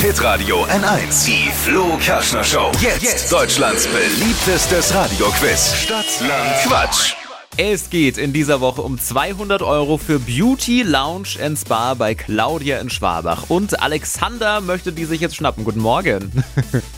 Hitradio N1. Die Flo Kaschner Show. Jetzt, Deutschlands beliebtestes Radioquiz. Stadt, Land, Quatsch. Es geht in dieser Woche um 200 Euro für Beauty Lounge and Spa bei Claudia in Schwabach. Und Alexander möchte die sich jetzt schnappen. Guten Morgen.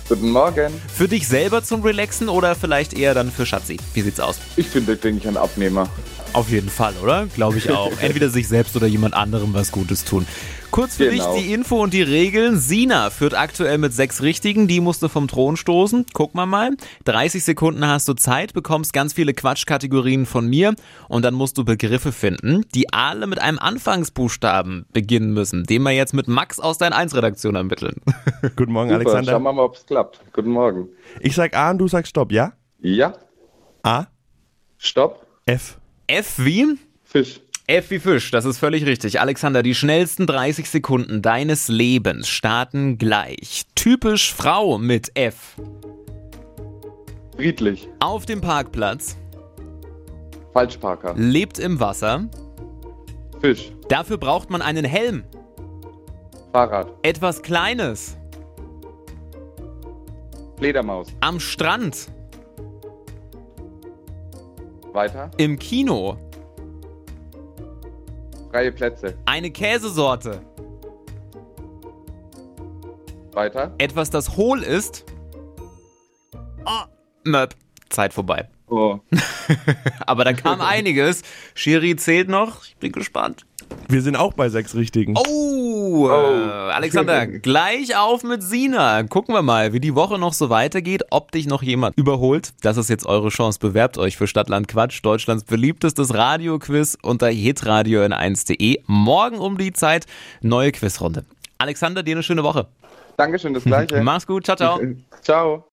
Guten Morgen. Für dich selber zum Relaxen oder vielleicht eher dann für Schatzi? Wie sieht's aus? Ich bin wirklich ein Abnehmer. Auf jeden Fall, oder? Glaube ich auch. Entweder sich selbst oder jemand anderem was Gutes tun. Kurz für Genau. dich die Info und die Regeln. Sina führt aktuell mit sechs Richtigen. Die musste vom Thron stoßen. Guck mal mal. 30 Sekunden hast du Zeit, bekommst ganz viele Quatschkategorien von mir und dann musst du Begriffe finden, die alle mit einem Anfangsbuchstaben beginnen müssen, den wir jetzt mit Max aus deiner 1-Redaktion ermitteln. Guten Morgen, Super, Schauen Alexander. wir mal, ob es klappt. Guten Morgen. Ich sag A und du sagst Stopp, ja? Ja, A, Stopp, F. F wie? Fisch. F wie Fisch, das ist völlig richtig. Alexander, die schnellsten 30 Sekunden deines Lebens starten gleich. Typisch Frau mit F. Friedlich. Auf dem Parkplatz, Falschparker. lebt im Wasser. Fisch. Dafür braucht man einen Helm. Fahrrad. Etwas Kleines. Fledermaus. Am Strand, Weiter. im Kino. Freie Plätze. Eine Käsesorte. Weiter. Etwas, das hohl ist. Ah, Möp. Zeit vorbei. Oh. Aber da kam einiges. Schiri zählt noch. Ich bin gespannt. Wir sind auch bei sechs Richtigen. Oh, äh, Alexander, gleich auf mit Sina. Gucken wir mal, wie die Woche noch so weitergeht, ob dich noch jemand überholt. Das ist jetzt eure Chance. Bewerbt euch für Stadtland Quatsch, Deutschlands beliebtestes Radioquiz unter hitradio n1.de. Morgen um die Zeit neue Quizrunde. Alexander, dir eine schöne Woche. Dankeschön, das Gleiche. äh, Mach's gut, ciao, ciao. Ciao.